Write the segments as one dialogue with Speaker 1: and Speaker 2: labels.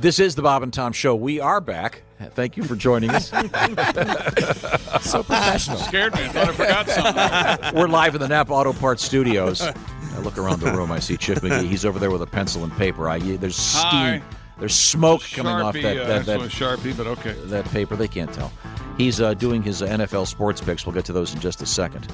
Speaker 1: This is the Bob and Tom Show. We are back. Thank you for joining us. so professional.
Speaker 2: Scared me. Thought I forgot something.
Speaker 1: We're live in the Napa Auto Parts studios. I look around the room. I see Chip McGee. He's over there with a pencil and paper. I there's steam.
Speaker 2: Hi.
Speaker 1: There's smoke coming
Speaker 2: Sharpie,
Speaker 1: off that
Speaker 2: uh,
Speaker 1: that,
Speaker 2: this
Speaker 1: that,
Speaker 2: one's Sharpie, but okay.
Speaker 1: that paper. They can't tell. He's uh, doing his NFL sports picks. We'll get to those in just a second.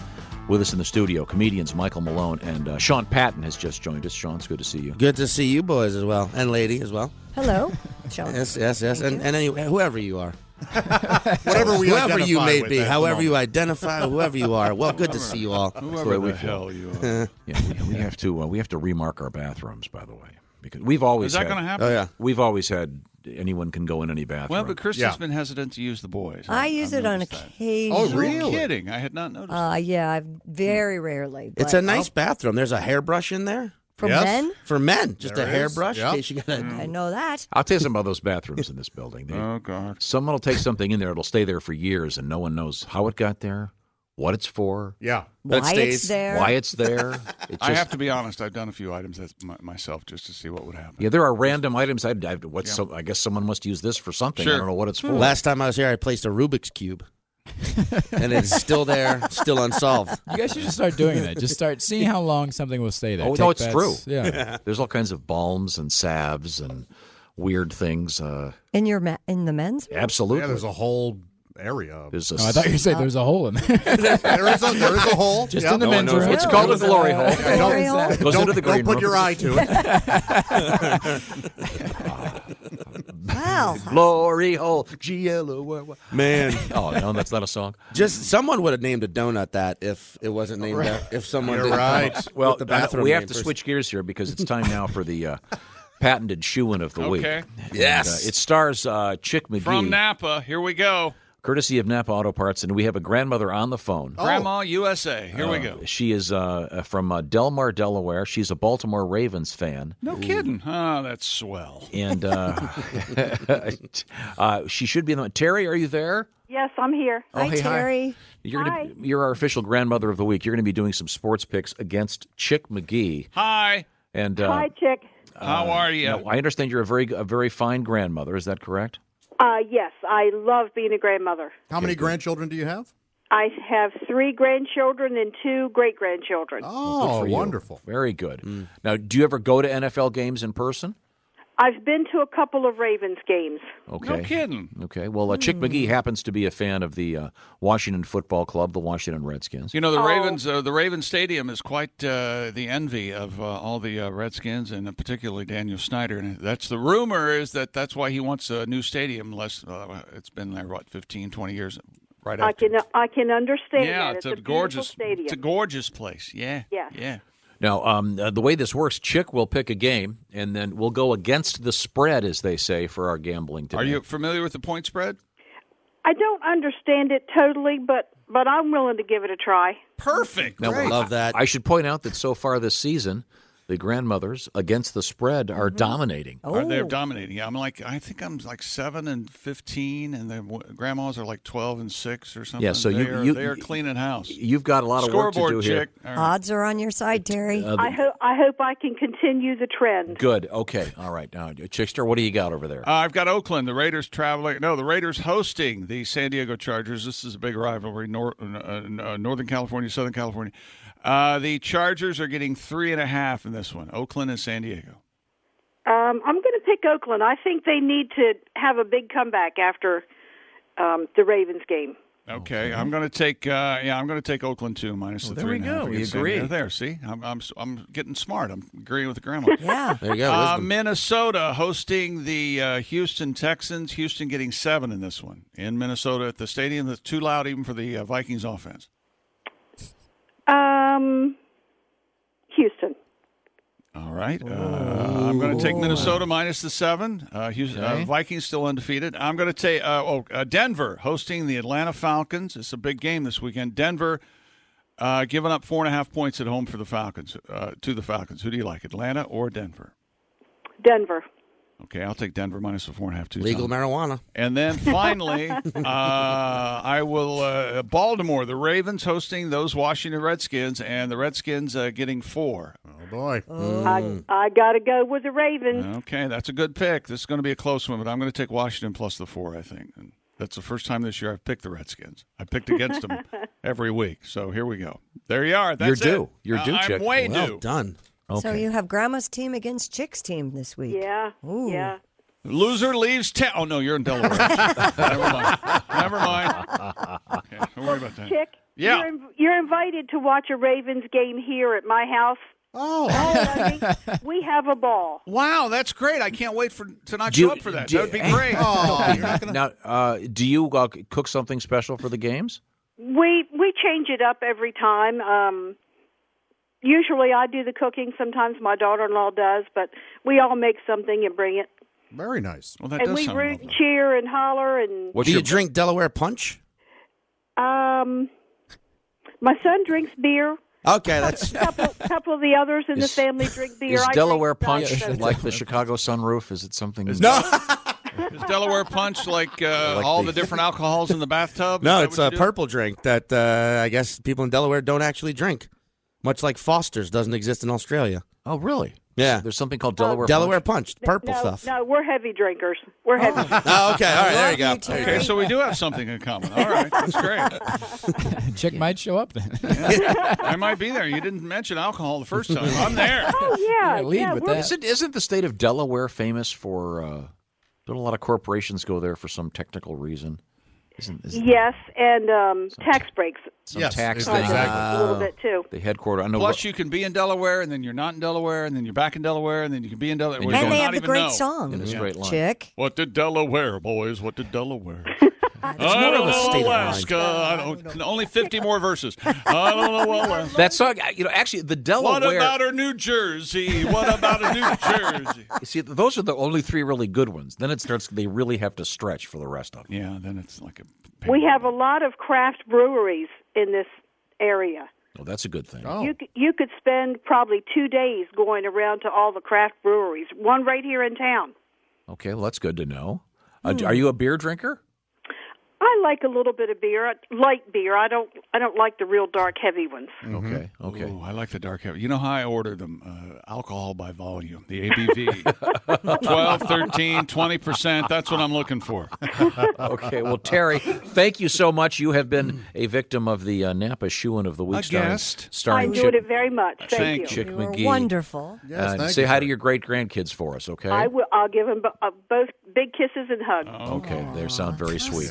Speaker 1: With us in the studio, comedians Michael Malone and uh, Sean Patton has just joined us. Sean, it's good to see you.
Speaker 3: Good to see you boys as well, and lady as well.
Speaker 4: Hello, Sean.
Speaker 3: Yes, yes, yes, and, and any, whoever you are,
Speaker 5: whatever we
Speaker 3: whoever
Speaker 5: identify
Speaker 3: you may
Speaker 5: with
Speaker 3: be,
Speaker 5: at the
Speaker 3: however you
Speaker 5: moment.
Speaker 3: identify, whoever you are. Well, good to see you all.
Speaker 1: the way
Speaker 2: Whoever
Speaker 1: we
Speaker 2: the hell you are.
Speaker 1: Yeah, we, we have to uh, we have to remark our bathrooms, by the way, because we've always
Speaker 2: Is that
Speaker 1: had-
Speaker 2: going to happen?
Speaker 3: Oh yeah,
Speaker 1: We've always had anyone can go in any bathroom.
Speaker 2: Well, but Kristen's
Speaker 5: Yeah.
Speaker 2: been hesitant to use the boys.
Speaker 4: I use
Speaker 2: I've
Speaker 4: it on
Speaker 2: noticed that.
Speaker 4: occasion.
Speaker 5: Oh,
Speaker 2: You're
Speaker 5: Really?
Speaker 2: kidding. I had not noticed.
Speaker 4: Uh, yeah, I've very rarely.
Speaker 3: it's
Speaker 4: but-
Speaker 3: a
Speaker 5: Oh.
Speaker 3: nice bathroom. There's a hairbrush in there
Speaker 4: for
Speaker 5: Yes.
Speaker 4: men.
Speaker 3: for men, just
Speaker 5: There
Speaker 3: a
Speaker 5: is,
Speaker 3: hairbrush.
Speaker 5: yep.
Speaker 3: In case you got a-
Speaker 4: I know that.
Speaker 1: I'll tell you something about those bathrooms in this building. They,
Speaker 2: oh, God.
Speaker 1: someone will take something in there; it'll stay there for years, and no one knows how it got there, what it's for,
Speaker 5: Yeah.
Speaker 3: That
Speaker 4: Why it's
Speaker 3: stays.
Speaker 4: there?
Speaker 1: why it's there. It's just,
Speaker 2: I have to be honest. I've done a few items that my, myself just to see what would happen.
Speaker 1: yeah, there are random items. I, I what's so, I guess someone must use this for something. I
Speaker 2: Sure.
Speaker 1: don't know what
Speaker 5: Hmm.
Speaker 1: it's for.
Speaker 3: Last time I was here, I placed a Rubik's cube, and it's still there, still unsolved.
Speaker 6: You guys should just start doing that. Just start seeing how long something will stay there.
Speaker 1: Oh, no,
Speaker 6: Take
Speaker 1: it's
Speaker 6: bets.
Speaker 1: true.
Speaker 6: Yeah.
Speaker 1: There's all kinds of balms and salves and weird things. Uh,
Speaker 4: in your ma- in the men's. room?
Speaker 1: absolutely,
Speaker 5: Yeah, there's a whole area. of-
Speaker 1: There's a
Speaker 6: Oh, I thought you said there's a hole in there.
Speaker 5: there, is a, there is a hole.
Speaker 6: Just
Speaker 5: yeah.
Speaker 6: in the
Speaker 1: No one
Speaker 6: men's
Speaker 1: knows
Speaker 6: room.
Speaker 1: It's called a glory hole.
Speaker 4: Glory
Speaker 5: Don't-
Speaker 4: hole?
Speaker 1: It goes
Speaker 5: don't,
Speaker 1: into the
Speaker 5: don't
Speaker 1: green
Speaker 5: put
Speaker 1: room.
Speaker 5: your eye to it.
Speaker 4: Wow.
Speaker 1: glory hole. G L O Y Y.
Speaker 3: Man,
Speaker 1: Oh no, that's not a song.
Speaker 3: just someone would have named a donut that if it wasn't named that. If someone
Speaker 5: You're
Speaker 3: didn't come
Speaker 5: right.
Speaker 3: up with
Speaker 1: Well,
Speaker 3: the
Speaker 1: uh,
Speaker 3: bathroom
Speaker 1: we have
Speaker 3: name
Speaker 1: to
Speaker 3: first.
Speaker 1: switch gears here because it's time now for the uh, patented shoe in of the week.
Speaker 2: Okay.
Speaker 3: Yes.
Speaker 1: Uh, it stars uh, Chick McGee,
Speaker 2: From Napa, here we go.
Speaker 1: courtesy of Napa Auto Parts, and we have a grandmother on the phone.
Speaker 2: Grandma USA, here we go.
Speaker 1: She is uh, uh, from uh, Delmar, Delaware. She's a Baltimore Ravens fan,
Speaker 2: No kidding. Oh, that's swell.
Speaker 1: and uh, uh, she should be in the. Terry, are you there?
Speaker 7: Yes, I'm here.
Speaker 1: Oh,
Speaker 4: Hi,
Speaker 1: hey, hi.
Speaker 4: Terry.
Speaker 1: You're gonna,
Speaker 7: Hi.
Speaker 1: you're our official grandmother of the week. You're going to be doing some sports picks against Chick McGee,
Speaker 2: Hi.
Speaker 1: and uh,
Speaker 7: Hi, Chick.
Speaker 2: How are you?
Speaker 1: now, I understand you're a very a very fine grandmother. Is that correct?
Speaker 7: Uh, yes, I love being a grandmother.
Speaker 5: How many grandchildren do you have?
Speaker 7: I have three grandchildren and two great grandchildren.
Speaker 5: Oh,
Speaker 1: for you.
Speaker 5: wonderful.
Speaker 1: Very good.
Speaker 3: Mm.
Speaker 1: Now, do you ever go to NFL games in person?
Speaker 7: I've been to a couple of Ravens games.
Speaker 1: Okay.
Speaker 2: No kidding.
Speaker 1: Okay. Well, uh, Chick
Speaker 3: Mm.
Speaker 1: McGee happens to be a fan of the uh, Washington Football Club, the Washington Redskins.
Speaker 2: You know the
Speaker 7: Oh.
Speaker 2: Ravens. Uh, the Ravens Stadium is quite uh, the envy of uh, all the uh, Redskins, and particularly Daniel Snyder. And that's the rumor is that that's why he wants a new stadium. Less, uh, it's been there what 15, 20 years, right
Speaker 7: I
Speaker 2: after.
Speaker 7: can I can understand
Speaker 2: yeah,
Speaker 7: that.
Speaker 2: it's,
Speaker 7: It's,
Speaker 2: a,
Speaker 7: beautiful
Speaker 2: gorgeous,
Speaker 7: stadium.
Speaker 2: it's a gorgeous place. Yeah,
Speaker 7: Yes.
Speaker 2: yeah.
Speaker 1: Now, um, uh, the way this works, Chick will pick a game, and then we'll go against the spread, as they say, for our gambling today.
Speaker 2: Are you familiar with the point spread?
Speaker 7: I don't understand it totally, but but I'm willing to give it a try.
Speaker 2: Perfect.
Speaker 1: Now,
Speaker 3: Love that.
Speaker 1: I should point out that so far this season, the grandmothers against the spread
Speaker 3: Mm-hmm.
Speaker 1: are dominating.
Speaker 4: Oh,
Speaker 2: Are They're dominating. Yeah, I'm like I think I'm like seven and fifteen, and the w- grandmas are like twelve and six or something.
Speaker 1: so
Speaker 2: they
Speaker 1: you-
Speaker 2: are,
Speaker 1: you-
Speaker 2: they are cleaning house.
Speaker 1: You've got a lot of work to
Speaker 2: Scoreboard
Speaker 1: do here.
Speaker 2: chick. All right.
Speaker 4: odds are on your side, Terry.
Speaker 1: Uh,
Speaker 7: I hope I hope I can continue the trend.
Speaker 1: Good. Okay. All right. Now, Chickster, what do you got over there?
Speaker 2: Uh, I've got Oakland, the Raiders traveling. No, the Raiders hosting the San Diego Chargers. This is a big rivalry, nor- uh, uh, Northern California, Southern California. Uh, the Chargers are getting three and a half in this one. Oakland and San Diego.
Speaker 7: Um, I'm going to pick Oakland. I think they need to have a big comeback after um, the Ravens game.
Speaker 2: Okay, I'm going to take. Uh, yeah, I'm going to take Oakland too, minus the
Speaker 1: there
Speaker 2: three
Speaker 1: we
Speaker 2: and a half
Speaker 1: go. We
Speaker 2: against San
Speaker 1: agree.
Speaker 2: Diego. There, see, I'm, I'm s- I'm getting smart. I'm agreeing with the grandma.
Speaker 4: yeah.
Speaker 3: There you go.
Speaker 2: Uh,
Speaker 3: wisdom.
Speaker 2: Minnesota hosting the uh, Houston Texans. Houston getting seven in this one in Minnesota at the stadium. That's too loud even for the uh, Vikings offense.
Speaker 7: Um, Houston.
Speaker 2: All right. Uh, I'm going to take Minnesota minus the seven. Uh, Houston, uh, Vikings still undefeated. I'm going to take uh, oh, uh, Denver hosting the Atlanta Falcons. It's a big game this weekend. Denver uh, giving up four and a half points at home for the Falcons uh, to the Falcons. Who do you like, Atlanta or Denver?
Speaker 7: Denver.
Speaker 2: Okay, I'll take Denver minus the four and a half. Two
Speaker 3: legal
Speaker 2: times.
Speaker 3: marijuana.
Speaker 2: And then finally, uh, I will uh, Baltimore, the Ravens hosting those Washington Redskins, and the Redskins uh, getting four.
Speaker 5: Oh, boy.
Speaker 7: I, I got to go with the Ravens.
Speaker 2: Okay, that's a good pick. This is going to be a close one, but I'm going to take Washington plus the four. I think and that's the first time this year I've picked the Redskins. I picked against them every week. So here we go. There you are. That's
Speaker 1: You're due.
Speaker 2: it.
Speaker 1: You're
Speaker 2: Uh,
Speaker 1: due,
Speaker 2: I'm
Speaker 1: Chick.
Speaker 2: way
Speaker 3: well
Speaker 2: due.
Speaker 3: done.
Speaker 4: So you have Grandma's team against Chick's team this week.
Speaker 7: Yeah.
Speaker 4: Ooh.
Speaker 7: Yeah.
Speaker 2: Loser leaves town. Oh no, you're in Delaware. Never mind. Never mind. Okay, don't worry about that.
Speaker 7: Chick,
Speaker 2: Yeah.
Speaker 7: you're, inv- you're invited to watch a Ravens game here at my house.
Speaker 5: Oh,
Speaker 7: Oh, Lundy, we have a ball.
Speaker 2: Wow, that's great. I can't wait for to not
Speaker 1: Do-
Speaker 2: show up for that.
Speaker 1: do-
Speaker 2: that would be great.
Speaker 5: oh, you're not gonna.
Speaker 1: Now, uh, do you uh, cook something special for the games?
Speaker 7: We we change it up every time. Um, usually I do the cooking. Sometimes my daughter-in-law does, but we all make something and bring it.
Speaker 5: Very nice.
Speaker 2: Well, that
Speaker 7: And
Speaker 2: does
Speaker 7: we
Speaker 2: sound
Speaker 7: root and
Speaker 2: lovely.
Speaker 7: cheer and holler and
Speaker 1: What's
Speaker 3: Do you
Speaker 1: your
Speaker 3: drink Delaware Punch?
Speaker 7: um. My son drinks beer.
Speaker 3: Okay, that's
Speaker 7: A couple, couple of the others in
Speaker 1: Is-
Speaker 7: the family drink beer.
Speaker 1: is
Speaker 7: I drink
Speaker 1: Delaware
Speaker 7: none,
Speaker 1: Punch
Speaker 7: so-
Speaker 1: like the Chicago Sunroof? Is it something?
Speaker 3: no,
Speaker 2: Is Delaware Punch like, uh,
Speaker 3: Like
Speaker 2: all the,
Speaker 3: the-
Speaker 2: different alcohols in the bathtub? Is
Speaker 3: no,
Speaker 2: that
Speaker 3: it's
Speaker 2: what you
Speaker 3: a
Speaker 2: do?
Speaker 3: purple drink that uh, I guess people in Delaware don't actually drink, much like Foster's doesn't exist in Australia.
Speaker 1: Oh, really?
Speaker 3: Yeah,
Speaker 1: There's something
Speaker 7: Oh,
Speaker 1: called Delaware.
Speaker 3: Delaware
Speaker 1: Punch?
Speaker 3: Punch, purple
Speaker 7: no,
Speaker 3: stuff.
Speaker 7: No, we're heavy drinkers. We're heavy.
Speaker 3: Oh, okay, all right, there you
Speaker 4: Love
Speaker 3: go. There
Speaker 4: you,
Speaker 3: you
Speaker 4: Terry.
Speaker 2: Okay, so we do have something in common. All right, that's great.
Speaker 6: Chick might show up then.
Speaker 2: I might be there. You didn't mention alcohol the first time. I'm there.
Speaker 7: Oh yeah,
Speaker 6: Yeah, lead
Speaker 7: yeah.
Speaker 6: with
Speaker 7: we're-
Speaker 6: that.
Speaker 1: Isn't isn't the state of Delaware famous for? Uh, don't a lot of corporations go there for some technical reason? Isn't, isn't
Speaker 7: Yes, and um, tax breaks
Speaker 1: some
Speaker 5: Yes,
Speaker 1: tax
Speaker 5: exactly.
Speaker 1: thing?
Speaker 7: a little bit too.
Speaker 1: The headquarter. I know.
Speaker 2: Plus, you can be in Delaware, and then you're not in Delaware, and then you're back in Delaware, and then you can be in Delaware.
Speaker 1: And
Speaker 2: where you
Speaker 4: And
Speaker 2: will
Speaker 4: they
Speaker 2: not
Speaker 4: have the
Speaker 2: even
Speaker 4: great
Speaker 2: know.
Speaker 4: song.
Speaker 1: in a straight line.
Speaker 4: Chick.
Speaker 2: What did Delaware, boys? What did Delaware? I don't
Speaker 3: more of a
Speaker 2: know
Speaker 3: state of mind.
Speaker 2: Alaska. I don't. Only 50 more verses. I don't know Alaska.
Speaker 1: That song, I- you know, actually, the Delaware.
Speaker 2: What about a New Jersey? What about a New Jersey?
Speaker 1: See, those are the only three really good ones. Then it starts. They really have to stretch for the rest of them.
Speaker 2: Yeah, then it's like a.
Speaker 7: We have a lot of craft breweries in this area.
Speaker 1: Oh, that's a good thing.
Speaker 5: Oh.
Speaker 7: You c- you could spend probably two days going around to all the craft breweries. One right here in town.
Speaker 1: Okay, well, that's good to know. Uh, d- Are you a beer drinker?
Speaker 7: I like a little bit of beer, I- light beer. I don't I don't like the real dark heavy ones.
Speaker 1: Okay, okay.
Speaker 2: Ooh, I like the dark heavy. You know how I order them? Uh, alcohol by volume, the ABV. 12, 13, 20%. That's what I'm looking for.
Speaker 1: Okay, well, Terry, thank you so much. You have been a victim of the uh, Napa Shoein of the Week
Speaker 2: A
Speaker 1: starring,
Speaker 2: guest.
Speaker 7: I
Speaker 1: starring
Speaker 7: enjoyed
Speaker 1: Chick,
Speaker 7: it very much. Thank,
Speaker 2: Thank
Speaker 7: you.
Speaker 2: you.
Speaker 1: Chick
Speaker 4: You were
Speaker 1: McGee.
Speaker 4: wonderful.
Speaker 5: Yes,
Speaker 1: Uh,
Speaker 5: thank
Speaker 1: say
Speaker 5: you,
Speaker 1: hi
Speaker 5: sir.
Speaker 1: to your great grandkids for us, okay?
Speaker 6: Oh.
Speaker 7: I will. I'll give them bo- uh, both big kisses and hugs.
Speaker 1: okay, they sound very sweet.